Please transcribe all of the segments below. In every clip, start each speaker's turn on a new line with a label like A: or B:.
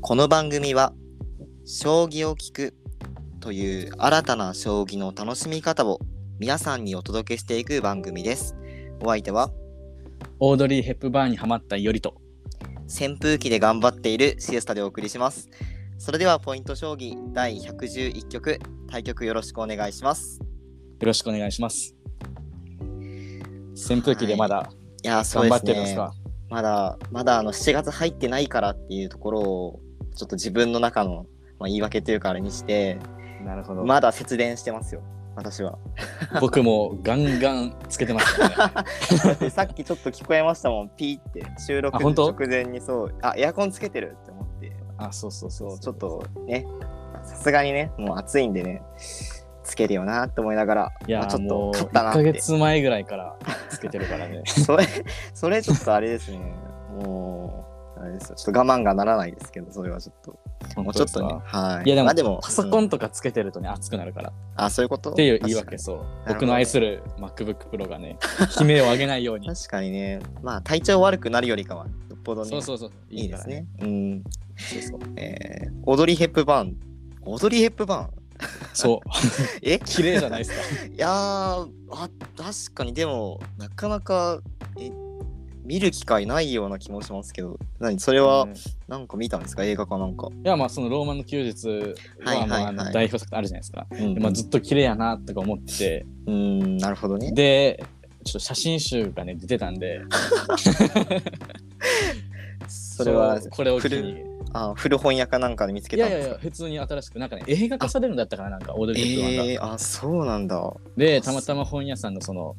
A: この番組は「将棋を聞く」という新たな将棋の楽しみ方を皆さんにお届けしていく番組です。お相手は
B: オードリー・ヘップバーンにハマったよりと
A: 扇風機で頑張っているシエスタでお送りします。それではポイント将棋第111局対局よろしくお願いします。
B: よろしくお願いします扇風機でまだ
A: いやーそう
B: 頑張
A: です
B: ってるんです
A: ね
B: か。
A: まだまだあの7月入ってないからっていうところをちょっと自分の中の、まあ、言い訳というかあれにして
B: なるほど、
A: まだ節電してますよ私は。
B: 僕もガンガンつけてま すね
A: だって さっきちょっと聞こえましたもんピーって収録
B: あ本当
A: 直前にそうあエアコンつけてるって思って
B: あそうそうそ
A: そう
B: う
A: ちょっとねさすがにねもう暑いんでねつけるよなって思いながら
B: いや、
A: まあ、ちょっ
B: も
A: と
B: う
A: 勝
B: 1
A: ったなっ
B: ヶ
A: て
B: 月前ぐらいからつけてるからね
A: それそれちょっとあれですねもうあれですよちょっと我慢がならないですけどそれはちょっと。 もうちょっとね
B: 本当です。
A: は
B: か
A: い。
B: いやでも,、
A: まあ
B: パソコ
A: うん
B: ンとかつけてるとね熱くなるからっ
A: あ、そういうことって
B: いう言い訳そう
A: なるほどね
B: 僕の愛する MacBookPro がね悲鳴を上げないように
A: 確かにね。まあ、体調悪くなるよりかは、よっぽどね。
B: そうそうそう
A: いいですね。
B: いいからねそうそう
A: うん。えー、オードリー・ヘップバーン。オードリー・ヘップバーン
B: そう
A: え
B: 綺麗じゃないですか
A: いやーあ、確かに、でも、なかなか、え、見る機会ないような気もしますけど、何それは
B: うん、
A: なんか見たんですか映画かなんか。
B: いやまあそのローマの休日
A: はいは
B: はいまあ
A: はい
B: あの代表作あるじゃないですか。
A: うん
B: でまあ、ずっと綺麗やなとか思って
A: うん、なるほどね。
B: でちょっと写真集がね出てたんで
A: それは
B: そう、これを機
A: 古
B: に
A: あ、古本屋かなんかで見つけ
B: い
A: たん
B: やい
A: です
B: やい
A: か
B: や普通に新しくなんかね映画化されるんだったからなんかオードリー・ヘップバーンが、
A: えー、あ、そうなんだ。
B: でたまたま本屋さんのその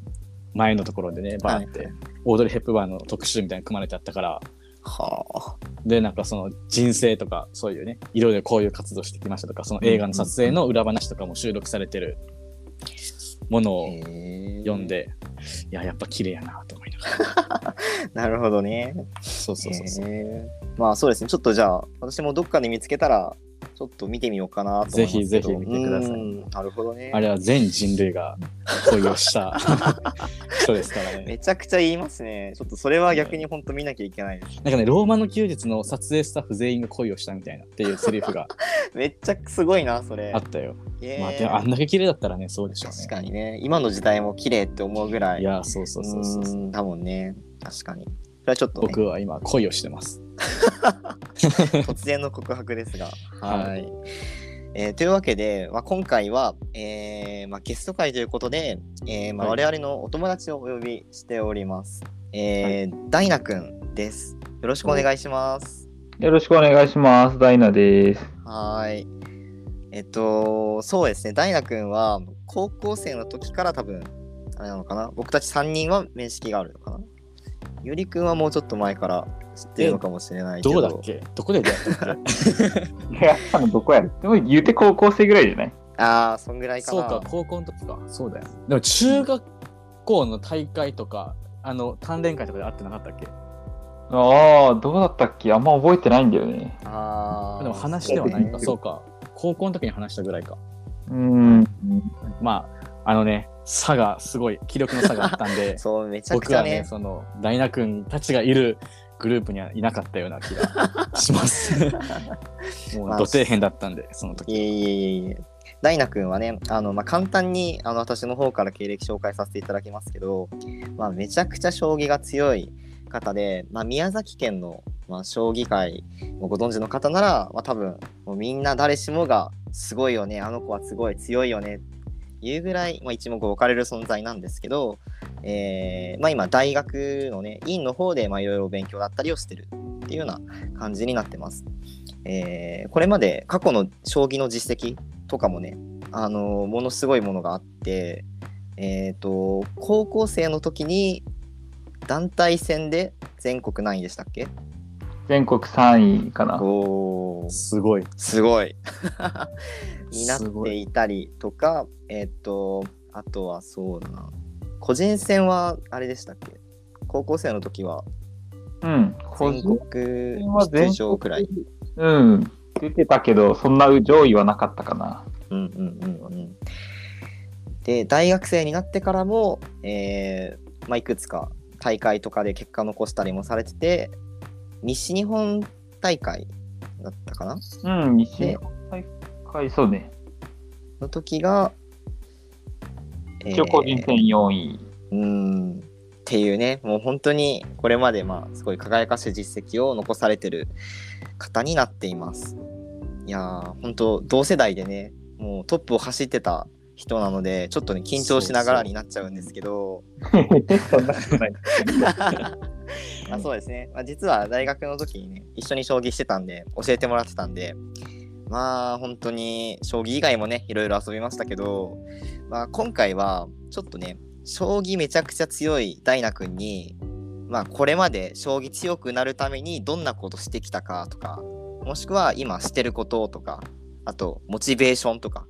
B: 前のところでねバーって、オードリー・ヘップバーンの特集みたいなの組まれてあったから
A: はあ。
B: でなんかその人生とかそういうねいろいろこういう活動してきましたとかその映画の撮影の裏話とかも収録されてるものを読
A: 読
B: ん。で、いややっぱ綺麗やなと思いながら
A: なるほどね。
B: そうそうそうそう、
A: へーまあそうですね。ちょっとじゃあ、私もどっかで見つけたら、ちょっと見てみようかなと思いますけど。
B: ぜひぜひ見てください
A: うんなるほどね。
B: あれは全人類が恋をした 人ですからね
A: めちゃくちゃ言いますね。ちょっとそれは逆に本当見なきゃいけないです。
B: なんかねローマの休日の撮影スタッフ全員が恋をしたみたいなっていうセリフ が
A: めっちゃすごいな、それ。
B: あったよ、
A: へー
B: まあでもあんだけ綺麗だったらねそうでしょうね
A: 確かにね。今の時代も綺麗って思うぐらい。
B: いや、そうそうそうそうそう。
A: ん多分ね。確かに。それはちょっとね、
B: 僕は今恋をしてます。
A: 突然の告白ですが。は、
B: はい
A: えーというわけで、まあ、今回は、えーまあ、ゲスト会ということで、えーまあ、
B: はい
A: 我々のお友達をお呼びしております。えーダイナくんです。よろしくお願いします。
C: よろしくお願いします。ダイナです。
A: はい。えっと、そうですね、ダイナくんは高校生の時から多分、あれなのかな、僕たち3人は面識があるのかな。ゆりくんはもうちょっと前から知ってるのかもしれないけ
B: ど
A: ど。
B: うだっけどこで出会ったっ
C: いや、あのどこやるでも言うて高校生ぐらいじゃない
A: ああ、そんぐら
B: け
A: いか
B: そう
A: な。
B: か、高校の時か。そうだよ。でも中学校の大会とか、あの、鍛錬会とかで会ってなかったっけ
C: ああ、どうだったっけあんま覚えてないんだよね。
A: あー
B: でも話してはないか。
A: そ、
B: そううか。高校の時に話したぐらいか。
C: うーん。
B: まあ、あのね、差がすごい、気力の差があったんで
A: そう、めちゃく
B: 僕
A: ちゃ
B: は
A: ね
B: ね、、その、ダイナ君たちがいるグループにはいなかったような気がします。 もう、
A: まあ
B: 土底辺だったんで、その時。
A: いえいえいえいえ。ダイナ君はね、あのまあ、簡単にあの私の方から経歴紹介させていただきますけど、まあ、めちゃくちゃ将棋が強い方で、まあ、宮崎県の、まあ、将棋界をご存知の方なら、まあ、多分もうみんな誰しもがすごいよねあの子はすごい強いよねっていうぐらい、まあ、一目置かれる存在なんですけど、えーまあ、今大学のね院の方でまあいろいろ勉強だったりをしてるっていうような感じになってます。えーこれまで過去の将棋の実績とかもね、あのーものすごいものがあって、えー、と高校生の時に団体戦で全国何位でしたっけ
C: 全国3位かな。
A: おー
B: すごい。
A: すご いになっ
B: すご
A: ていたりとかえっ、とあとはそうだな個人戦はあれでしたっけ高校生の時は
C: うん。
A: 全
C: 個
A: 国
C: 人戦は
A: 出
C: 全
A: 場くらい。
C: うん。出てたけど、そんな上位はなかったかな。
A: うんうんうんうん。で大学生になってからも、えーまあ、いくつか大会とかで結果残したりもされてて西日本大会だったかな
C: うん、西日本大会、そうね。
A: の時が、え
C: 一応個人戦4位。
A: うーんっていうね、もう本当にこれまでまあすごい輝かしい実績を残されてる方になっています。いやー、本当同世代でね、もうトップを走ってた人なので、ちょっとね、緊張しながらになっちゃうんですけど、
C: そんなこ とない。
A: あそうですね、まあ、実は大学の時にね、一緒に将棋してたんで、教えてもらってたんで、まあ本当に将棋以外もね、いろいろ遊びましたけど、まあ、今回はちょっとね、将棋めちゃくちゃ強いダイナ君に、まあ、これまで将棋強くなるためにどんなことしてきたかとか、もしくは今してることとか、あとモチベーションとか、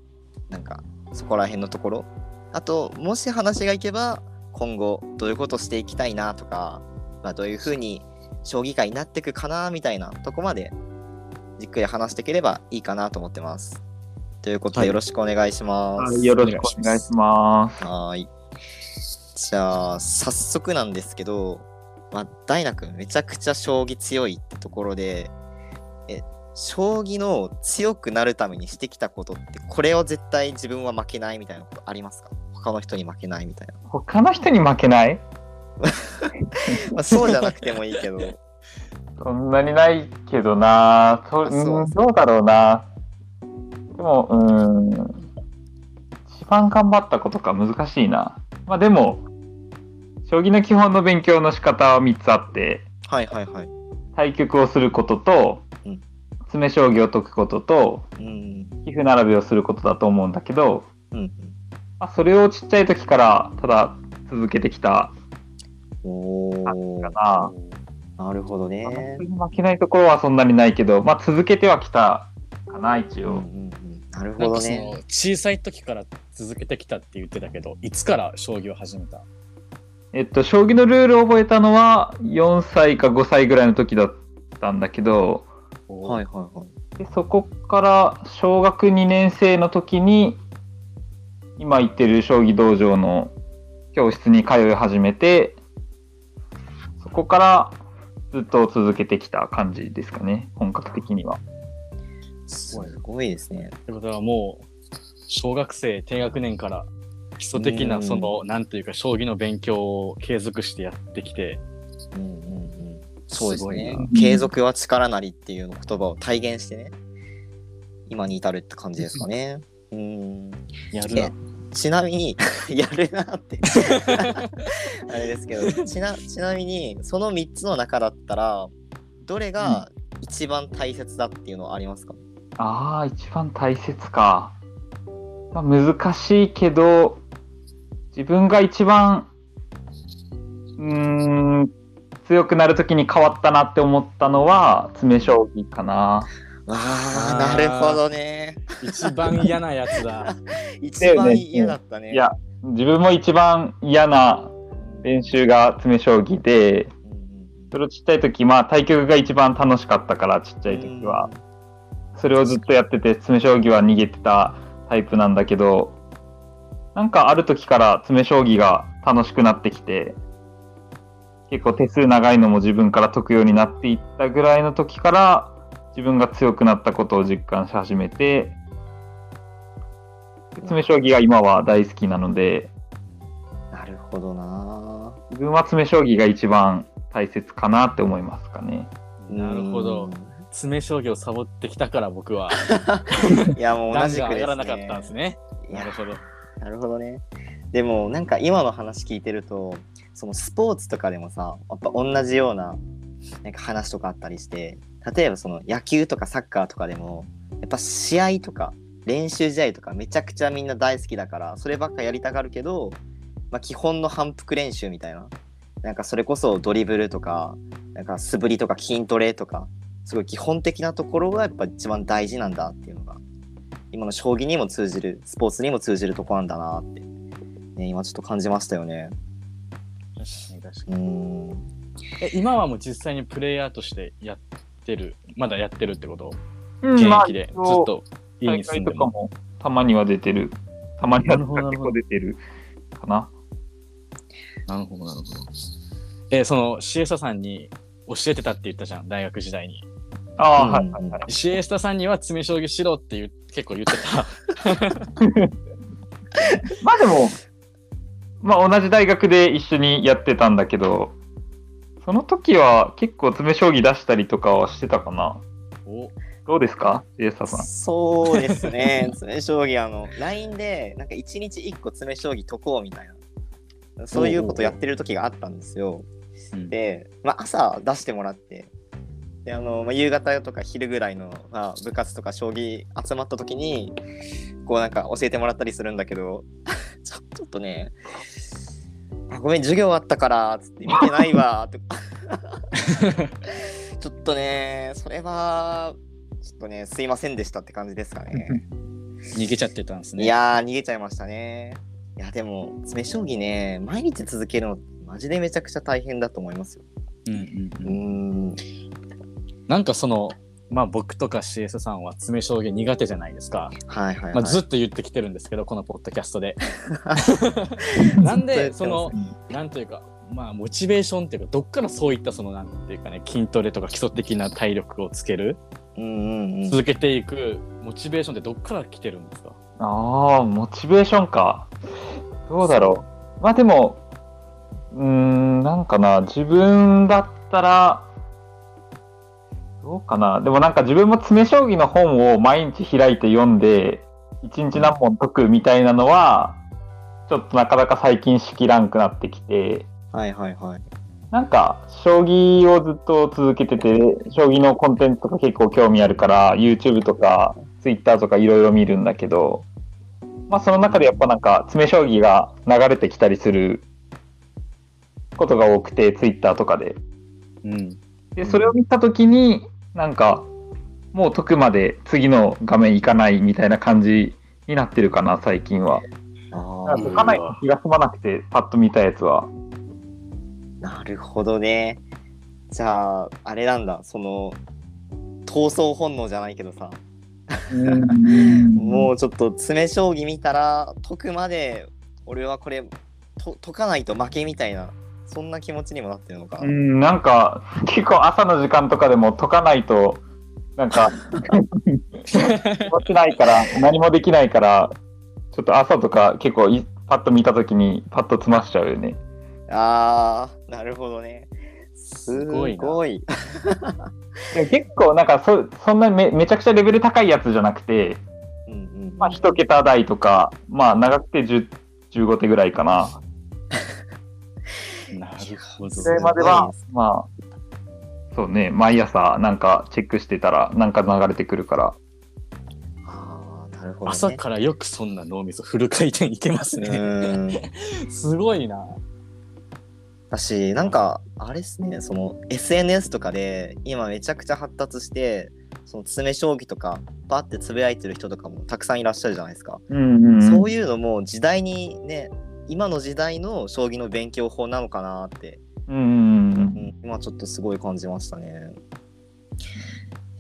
A: なんかそこら辺のところ、あともし話がいけば今後どういうことしていきたいなとか、まあ、どういうふうに将棋界になっていくかなみたいなとこまでじっくり話していければいいかなと思ってます。ということ
B: はい
A: でよろしくお願いします。
C: はいよろしくお願いします。
A: はーい。じゃあ、早速なんですけど、まあ、大く君、めちゃくちゃ将棋強いってところで、え、将棋の強くなるためにしてきたことって、これを絶対自分は負けないみたいなことありますか他の人に負けないみたいな。
C: 他の人に負けない
A: まあ、そうじゃなくてもいい けど、
C: そんなにないけどなそ
A: あそう
C: うんどうだろうなでもうーん一番頑張ったことか難しいなまあでも将棋の基本の勉強の仕方は3つあって
A: はいはいはい。
C: 対局をすることと、
A: うん
C: 詰将棋を解くことと
A: うん。
C: 棋譜並べをすることだと思うんだけど、
A: うん。
C: まあ、それをちっちゃい時からただ続けてきた
A: おー。
C: か
A: なるほど
C: な、
A: ね。
C: 負けないところはそんなにないけど、まあ、続けてはきたかな一
A: うんうんう
C: 応。
A: ん。なる
B: な
A: ほ
B: んか
A: ど
B: その
A: ね。
B: 小さい時から続けてきたって言ってたけどいつから将棋を始めた、
C: えっと、将棋のルールを覚えたのは4歳か5歳ぐらいの時だったんだけど
A: はいいはいはい。
C: でそこから小学2年生の時に今行ってる将棋道場の教室に通い始めてそこからずっと続けてきた感じですかね本格的には。
B: す
A: す
B: ごいっ
A: ごいですね。
B: てことはもう小学生低学年から基礎的
A: う
B: なんそのなんていうか将棋の勉強を継続してやってきて
A: うんうんうん。そうですね
B: すごいな。
A: 継続は力なりっていう言葉を体現してね、今に至るって感じですかね。うん
B: やるな
A: えちなみに、 やるなって、 あれですけどちな、ちなみに、その3つの中だったら、どれが一番大切だっていうのはありますか、
C: ああ、一番大切か。まあ、難しいけど、自分が一番、うーん、強くなるときに変わったなって思ったのは、詰将棋かな。
A: ああ、な
B: あー
A: るほどね。
B: 一番嫌なやつだ
A: 一番嫌だったね。
C: いや、自分も一番嫌な練習が詰将棋で、
A: うんうん
C: それをちっちゃいとき、まあ、対局が一番楽しかったから、ちっちゃいときは。それをずっとやってて詰将棋は逃げてたタイプなんだけどなんかある時から詰将棋が楽しくなってきて結構手数長いのも自分から解くようになっていったぐらいの時から自分が強くなったことを実感し始めてで詰将棋が今は大好きなので
A: なるほどな。
C: 自分は詰将棋が一番大切かなって思いますかね。
B: なるほど詰将棋をサボってきたから僕 は
A: うん。いや、もう同
B: 段
A: じ
B: が
A: くです、ね。
B: 上がらなかったんですね
A: いや
B: なるほど
A: なるほどね。でもなんか今の話聞いてるとそのスポーツとかでもさやっぱ同じようななんか話とかあったりして例えばその野球とかサッカーとかでもやっぱ試合とか練習試合とかめちゃくちゃみんな大好きだからそればっかやりたがるけど、まあ、基本の反復練習みたいななんかそれこそドリブルとかなんか素振りとか筋トレとかすごい基本的なところがやっぱ一番大事なんだっていうのが今の将棋にも通じるスポーツにも通じるとこなんだなって、ね、今ちょっと感じましたよねうーん
B: え今はもう実際にプレイヤーとしてやってるまだやってるってこと
C: うん
B: 現
C: まあ
B: 役でずっ
C: 一応
B: と家
C: 大
B: に住ん
C: 会
B: で
C: とか
B: も
C: もたまには出てる。たまには
B: なるほどなる
C: 結
B: ほど
C: 構出てるかな。
B: なるほどなるほどえそのシエサさんに教えてたって言ったじゃん大学時代に
C: ああ、は
A: う
C: い
A: ん
C: はいはい。
B: シエスタさんには詰め将棋しろって言う結構言って た。
C: まあでも、まあ同じ大学で一緒にやってたんだけど、その時は結構詰め将棋出したりとかはしてたかな。
B: お
C: どうですか、ジェイサーさん。
A: そうです ね、詰将棋、あの、LINE で、なんか1日1個詰将棋解こうみたいな、そういうことやってる時があったんですよ。
B: うん
A: で、まあ、朝出してもらって、であのまあ、夕方とか昼ぐらいの、まあ、部活とか将棋集まった時に、こうなんか教えてもらったりするんだけど、 ちょちょっとね、あごめん、授業あったから、つって見てないわ、とか。 ちょっとね、それは、ちょっとね、すいませんでしたって感じですかね。
B: 逃げちゃってたんですね。
A: いやー、逃げちゃいましたね。いや、でも、詰将棋ね、毎日続けるの、マジでめちゃくちゃ大変だと思いますよ。
B: うんうん
A: う
B: う
A: ー
B: ん、
A: ん。
B: なんかその、まあ僕とか CS さんは詰将棋苦手じゃないですか。
A: はいはい、はい。
B: まあ、ずっと言ってきてるんですけど、このポッドキャスト で。なん
A: ずっと言って
B: で、
A: ます
B: その、なんというか、まあ、モチベーションっていうか、どっからそういった、その、なんていうかね、筋トレとか基礎的な体力をつける、
A: うんうんうん。
B: 続けていく、モチベーションってどっから来てるんですか
C: ああ、モチベーションか。どうだろう。まあでも、うーん、なんかな、自分だったら、どうかな。でもなんか自分も詰将棋の本を毎日開いて読んで、一日何本解くみたいなのは、ちょっとなかなか最近しきらんくなってきて、
A: はいはいはい。
C: なんか、将棋をずっと続けてて、将棋のコンテンツとか結構興味あるから、YouTube とか Twitter とかいろいろ見るんだけど、まあその中でやっぱなんか、詰将棋が流れてきたりすることが多くて、Twitter とかで。
B: うん。
C: で、それを見たときに、なんか、もう解くまで次の画面行かないみたいな感じになってるかな、最近は。
A: あ
C: だから解かないと気が済まなくて、パッと見たやつは。
A: あ、なるほどね。じゃあ、あれなんだ、その、闘争本能じゃないけどさ、もうちょっと詰将棋見たら、解くまで、俺はこれ、と解かないと負けみたいな、そんな気持ちにもなってるのか。
C: うん、なんか、結構朝の時間とかでも解かないと、なんか、解けないから、何もできないから、ちょっと朝とか結構い、パッと見たときに、パッと詰ましちゃうよね。
A: ああ、なるほどね。すごい。
B: すご
C: でも結構、なんかそ、そんなにめめちゃくちゃレベル高いやつじゃなくて、
A: うんうん
C: まあ、1桁台とか、まあ、長くて10 15手ぐらいかな。
B: なるほど
A: すご
C: そ
A: い
C: れ
A: ね
C: までは、まあ、そうね、毎朝、なんか、チェックしてたら、なんか流れてくるから。
A: ああ、なるほど、ね。
B: 朝からよくそんな脳みそフル回転いけます
A: う
B: ね。
A: ーん。
B: すごいな。
A: 私なんかあれですねその SNS とかで今めちゃくちゃ発達してその詰め将棋とかバってつぶやいてる人とかもたくさんいらっしゃるじゃないですか、
C: うんうん、
A: そう
C: い
A: いうのも時代にね今の時代の将棋の勉強法なのかなって、
C: うん。うんうん
A: う。ん、今ちょっとすごい感じましたね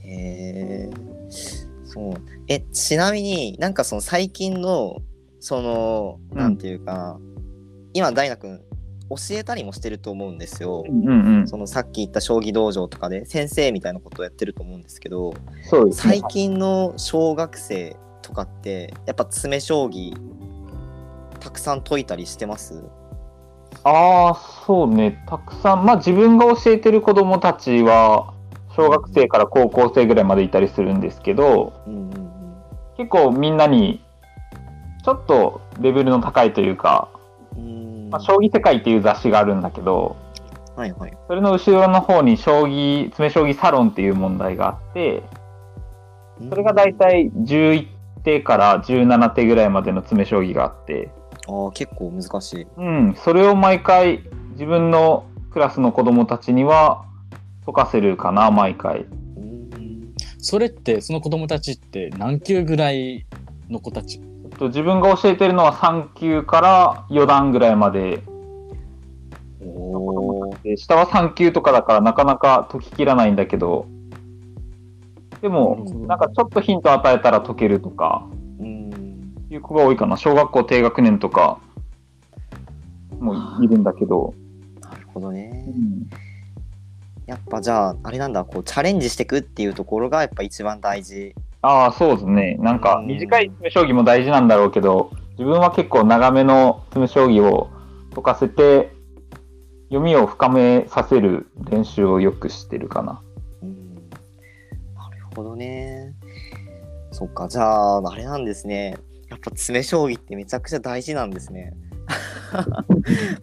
A: へえそうえちなみになんかその最近のその
C: うん
A: なんていうか、今大那君教えたりもしてると思うんですよ、
C: うんうん、
A: そのさっき言った将棋道場とかで先生みたいなことをやってると思うんですけど
C: そうですね
A: 最。近の小学生とかってやっぱ詰将棋たくさん解いたりしてます
C: ああ、そうね。たくさん、まあ自分が教えてる子供たちは、小学生から高校生ぐらいまでいたりするんですけど、
A: うんうんうん
C: 結構みんなに、ちょっとレベルの高いというか、
A: うーん
C: まあ、将棋世界っていう雑誌があるんだけど、
A: はいはい
C: それの後ろの方に将棋、詰将棋サロンっていう問題があって、それが大体11手から17手ぐらいまでの詰将棋があって、
A: うんああ結構難しい
C: うん、それを毎回自分のクラスの子供たちには解かせるかな、毎回。
A: うん
B: それって、その子供たちって何級ぐらいの子たち
C: えっと自分が教えてるのは3級から4段ぐらいまで
A: おー
C: で、下は3級とかだからなかなか解ききらないんだけど、でも、
A: うん
C: なんかちょっとヒント与えたら解けるとか
A: うん
C: いう子が多いかな。小学校低学年とかもいるんだけど、
A: なるほどねやっぱじゃああれなんだこうチャレンジしていくっていうところがやっぱ一番大事
C: ああ、そうですね。なんか
A: うん
C: 短い詰め将棋も大事なんだろうけど、自分は結構長めの詰め将棋を解かせて、読みを深めさせる練習をよくしてるかな。
A: うんなるほどねそっかじゃああれなんですねやっぱ詰め将棋ってめちゃくちゃ大事なんです ね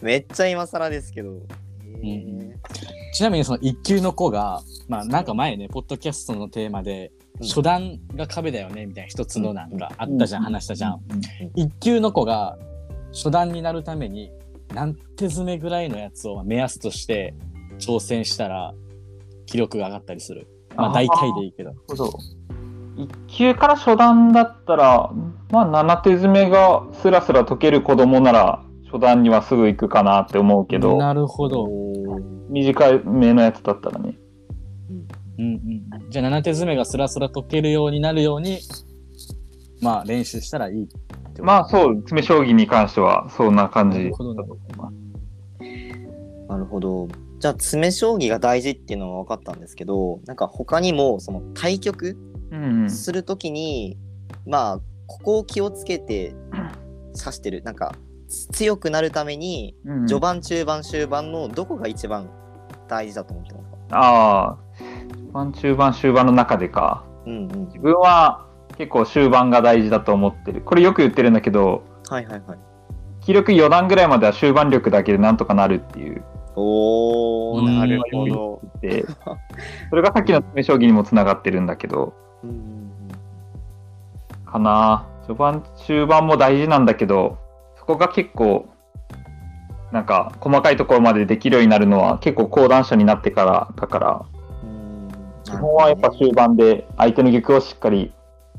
A: めっちゃ今更ですけどへー
B: うんちなみにその一級の子が、まあなんか前ね、ポッドキャストのテーマで、
A: うん
B: 初段が壁だよねみたいな一つのなんかあったじゃん、話したじゃん。
A: うん
B: 一級の子が初段になるために、何手詰めぐらいのやつを目安として挑戦したら、記録が上がったりする。まあ大体でいいけど。
C: ほど。1級から初段だったら、まあ、7手詰めがスラスラ解ける子供なら初段にはすぐ行くかなって思うけど
B: なるほど。
C: 短めのやつだったらね
B: うんうん、じゃあ7手詰めがスラスラ解けるようになるようにまあ練習したらいいってこと
C: まあそう詰め将棋に関してはそんな感じだと思います
A: なるほどじゃあ詰め将棋が大事っていうのは分かったんですけどなんか他にもその対局
C: うんうん
A: するときに、まあここを気をつけて指してるなんかつ強くなるために
C: うん
A: 序盤中盤終盤のどこが一番大事だと思ってますか
C: ああ序盤中盤終盤の中でか
A: うんうん
C: 自分は結構終盤が大事だと思ってるこれよく言ってるんだけど
A: はいはいはい
C: 記録4段ぐらいまでは終盤力だけでなんとかなるっていう
A: お
B: う
A: お
B: ん
A: なるほど
C: でそれがさっきの詰め将棋にもつながってるんだけど
A: うんうん
C: かな序盤中盤も大事なんだけどそこが結構なんか細かいところまでできるようになるのは結構講談社になってからだから
A: うん
C: 基本はやっぱ終盤で相手の玉をしっかり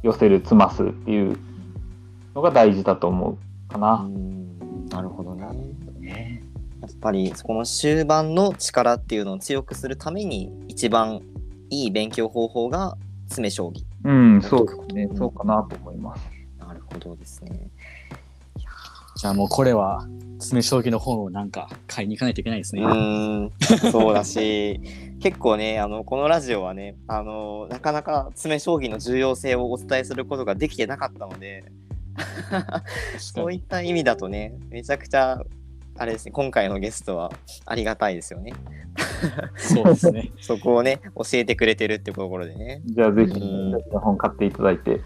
C: 寄せる詰ますっていうのが大事だと思うか
A: う
C: な。
A: んなるほどねやっぱりそこの終盤の力っていうのを強くするために一番いい勉強方法が詰め将棋
C: うん、そうですね
A: う。ん
C: そうかなと思います。
A: なるほどですね
B: じゃあもうこれは詰め将棋の本をなんか買いに行かないといけないです
A: う
B: ね、
A: ーんそうだし結構ねあのこのラジオはねあのなかなか詰め将棋の重要性をお伝えすることができてなかったのでそういった意味だとねめちゃくちゃあれですね今回のゲストはありがたいですよね
B: そうですね
A: そこをね教えてくれてるってところでね
C: じゃあぜひ、
A: うん
C: 私の本買っていただいて。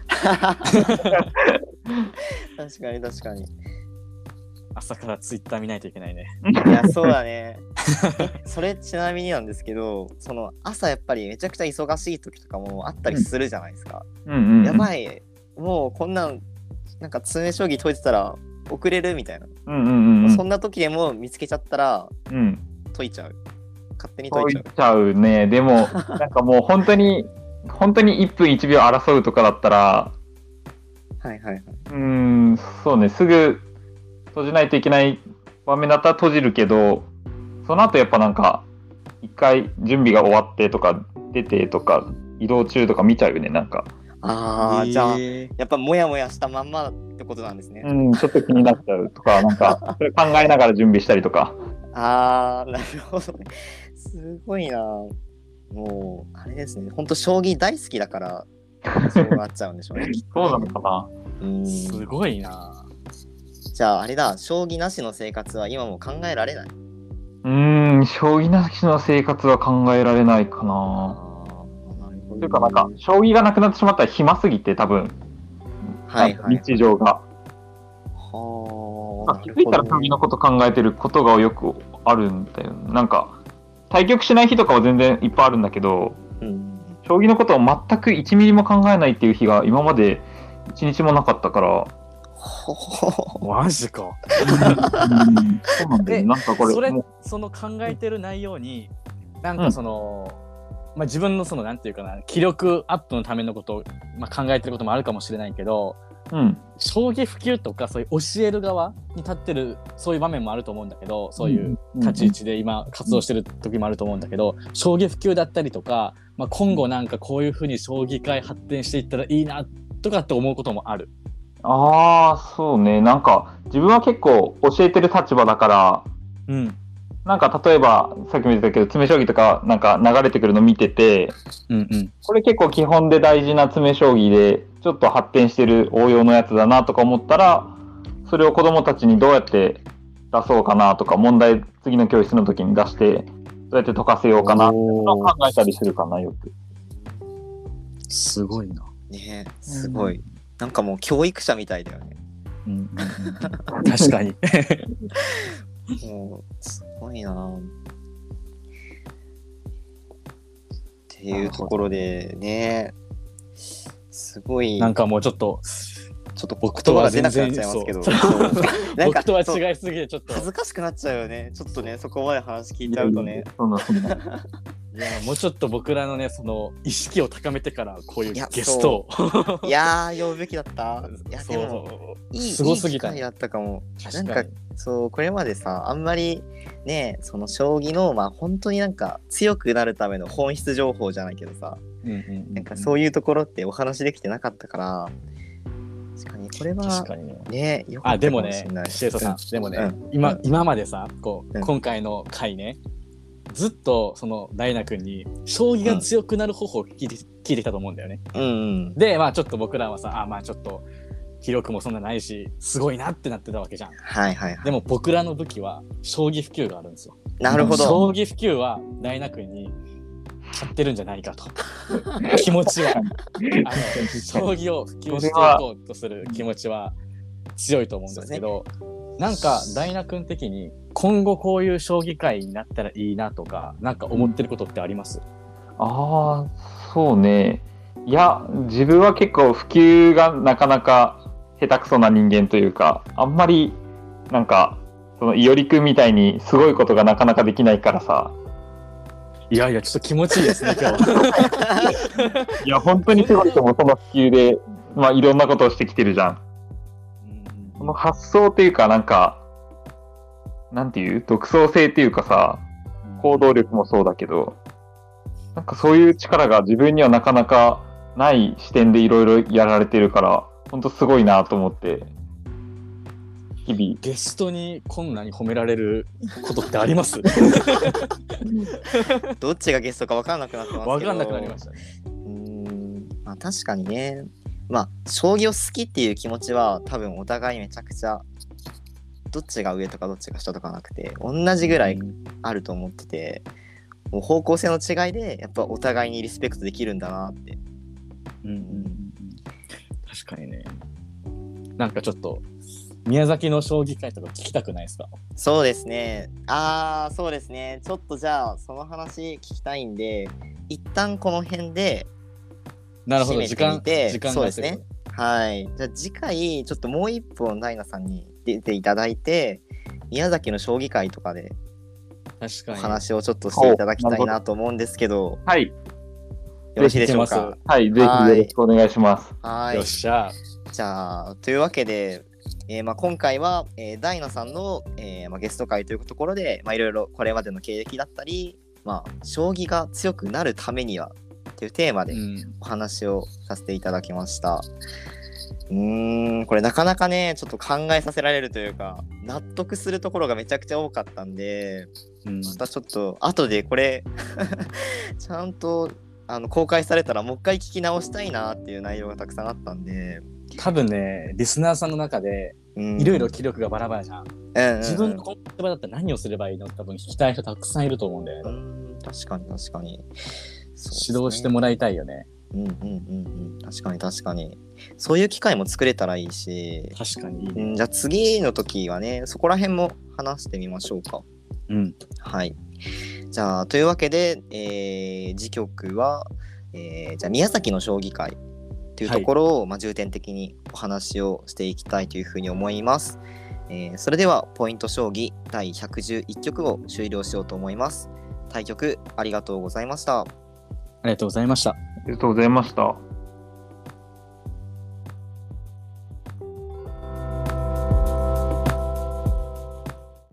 A: 確かに確かに
B: 朝からツイッター見ないといけないね
A: いやそうだね それちなみになんですけどその朝やっぱりめちゃくちゃ忙しい時とかもあったりするじゃないですか、
C: うんうん。
A: やば
C: い。
A: いもうこんなんなんか詰め将棋解いてたら遅れるみたいな、
C: うんうんうん。
A: そんな時でも見つけちゃったら
C: うん。
A: 解いちゃう勝手に解
C: そう
A: いち
C: 言
A: ゃ
C: っちゃうね。でも、なんかもう本当に、本当に1分1秒争うとかだったら、
A: うはいはいはいう
C: ーん、そうね、すぐ閉じないといけない場面だったら閉じるけど、その後やっぱなんか、一回準備が終わってとか、出てとか、移動中とか見ちゃうよね、なんか。
A: ああ、じゃあ
B: えー
A: やっぱモヤモヤしたまんまってことなんですね、
C: うん、ちょっと気になっちゃうと か、なんか、それ考えながら準備したりとか。
A: ああなるほどねすごいなもうあれですねほんと将棋大好きだからそうなっちゃうんでしょ うねきっ
C: そう
A: と
C: な
A: ね
C: のかな。
A: うん
B: すごいな
A: じゃああれだ将棋なしの生活は今も考えられないう
C: ーん、将棋なしの生活は考えられないか
A: あ
C: な。
A: ーなるほど
C: というか、なんか、将棋がなくなってしまったら暇すぎて、多分、
A: はいはいはい
C: 日常が。
A: は
C: まあ気づいたら将棋のこと考えてることがよくあるんだよねなんか対局しない日とかは全然いっぱいあるんだけど
A: うん
C: 将棋のことを全く1ミリも考えないっていう日が今まで1日もなかったから
A: ほほほ
B: マジか
C: そう なんだ
B: え
C: よなんかこれ
B: それ
C: もう
B: その考えてる内容になんかその、まあ、自分のそのなんていうかな気力アップのためのことを、まあ、考えてることもあるかもしれないけど、
C: うん
B: 将棋普及とかそういう教える側に立ってるそういう場面もあると思うんだけどそういう立ち位置で今活動してる時もあると思うんだけど将棋普及だったりとか、まあ、今後なんかこういうふうに将棋界発展していったらいいなとかって思うこともある。
C: ああそうねなんか自分は結構教えてる立場だから
B: うん、
C: なんか例えばさっきも言ってたけど詰将棋とかなんか流れてくるの見てて
B: うんうん。
C: これ結構基本で大事な詰将棋でちょっと発展してる応用のやつだなとか思ったらそれを子どもたちにどうやって出そうかなとか問題次の教室の時に出してどうやって解かせようかなっていうのを考えたりするかなよく。
B: すごいな。
A: ねえすごい、なんかもう教育者みたいだよね
B: うんうんうん、確かに。
A: もうすごいなぁっていうところでねすごい
B: なんかもうちょっと、
A: ちょっと僕とは出なくなっちゃいますけど
B: そう
A: そうなんか
B: 僕とは
A: そう
B: 違いすぎて、ちょっと。
A: 恥ずかしくなっちゃうよねちょっとねそこまで話聞いちゃうとね
C: そんなそんない
B: やもうちょっと僕らのねその意識を高めてからこういう
A: いや
B: ゲストを
A: いやー呼ぶべきだったいや
B: そ
A: で
B: う
A: も
B: そう
A: いい
B: すごすぎた
A: いい機会だったかもな
B: 確
A: ん
B: か
A: か
B: に
A: そうこれまでさあんまりねその将棋のまあ本当になんか強くなるための本質情報じゃないけどさ
B: うんうんう
A: なんかそういうところってお話できてなかったから、確かにこれは
B: 確かにね
A: ね、よか
B: あ
A: った
B: で
A: か
B: も
A: もし
B: ね
A: れない。
B: シエトさんでもね、
A: うんう
B: 今
A: ん
B: 今までさこう、
A: うん
B: 今回の回ねずっとそのダイナ君に将棋が強くなる方法を聞いて,、聞いてきたと思うんだよね
A: うんうん。
B: でまあちょっと僕らはさあまあちょっと広くもそんなないしすごいなってなってたわけじゃん
A: はいはいはい。
B: でも僕らの武器は将棋普及があるんですよ
A: なるほど。
B: 将棋普及は大学院に勝ってるんじゃないかと気持 ちはあの将棋を普及していこうとする気持ちは強いと思うんですけどなんか大学院的に今後こういう将棋界になったらいいなとかなんか思ってることってあります、
C: ああそうねいや自分は結構普及がなかなか下手くそな人間というかあんまりなんかそのいおりくんみたいにすごいことがなかなかできないからさ
B: いやいやちょっと気持ちいいですね今日
C: いや本当にすごいと思うその普及で、まあ、いろんなことをしてきてるじゃんその発想というかなんかなんていう独創性というかさ行動力もそうだけどなんかそういう力が自分にはなかなかない視点でいろいろやられてるからほんとすごいなと思って日
B: ゲストにこんなに褒められることってあります
A: どっちがゲストか分からなくなってますけど。
B: わかんなくなりましたね
A: うーん。まあ確かにね。まあ将棋を好きっていう気持ちは多分お互いめちゃくちゃどっちが上とかどっちが下とかなくて同じぐらいあると思ってて、もう方向性の違いでやっぱお互いにリスペクトできるんだなって。
B: うんうんうん確かにね。なんかちょっと、宮崎の将棋会とか聞きたくないですか
A: そうですね。ああ、そうですね。ちょっとじゃあ、その話聞きたいんで、一旦この辺で、
B: なるほど、
A: 締め
B: 時
A: て
B: 間、
A: みて
B: 時間
A: そう
B: が
A: ですねはい。じゃあ次回、ちょっともう一本、ダイナさんに出ていただいて、宮崎の将棋会とかで
B: 確
A: お
B: かに。
A: 話をちょっとしていただきたいなと思うんですけど、
C: はい
A: よろしいでしょう
B: ぜひ聞け
A: か。
C: はいぜひよろしくお願いします
A: は
B: よっ
A: い。
B: しゃ。
A: じゃあ、というわけで、えーまあ、今回は、えーダイナさんの、えーまあ、ゲスト会というところで、まあ、いろいろこれまでの経歴だったり、まあ、将棋が強くなるためにはというテーマ
B: う
A: で
B: ん、
A: お話をさせていただきました。うーんこれなかなかねちょっと考えさせられるというか納得するところがめちゃくちゃ多かったんで
B: うん
A: またちょっと後でこれ ちゃんとあの公開されたらもう一回聞き直したいなっていう内容がたくさんあったんで
B: 多分ね、リスナーさんの中で、い
A: い
B: ろいろ気力がバラバラじゃん。自
A: 自
B: 分のこの言葉だったら何をすればいいの多分聞きたい人たくさんいると思うんだよね。
A: 確かに確かに、
B: 指導してもらいたいよね。
A: うんうんうんうん確かに確かにそういう機会も作れたらいいし、
B: 確かにいいね。
A: うん、じゃあ次の時はねそこら辺も話してみましょうか
B: うん。
A: はいじゃあというわけで、えー次局は、えーじゃあ宮崎の将棋会というところを、まあ、重点的にお話をしていきたいというふうに思います、えーそれではポイント将棋第111局を終了しようと思います対局ありがとうございました
B: ありがとうございました。
C: ありがとうございました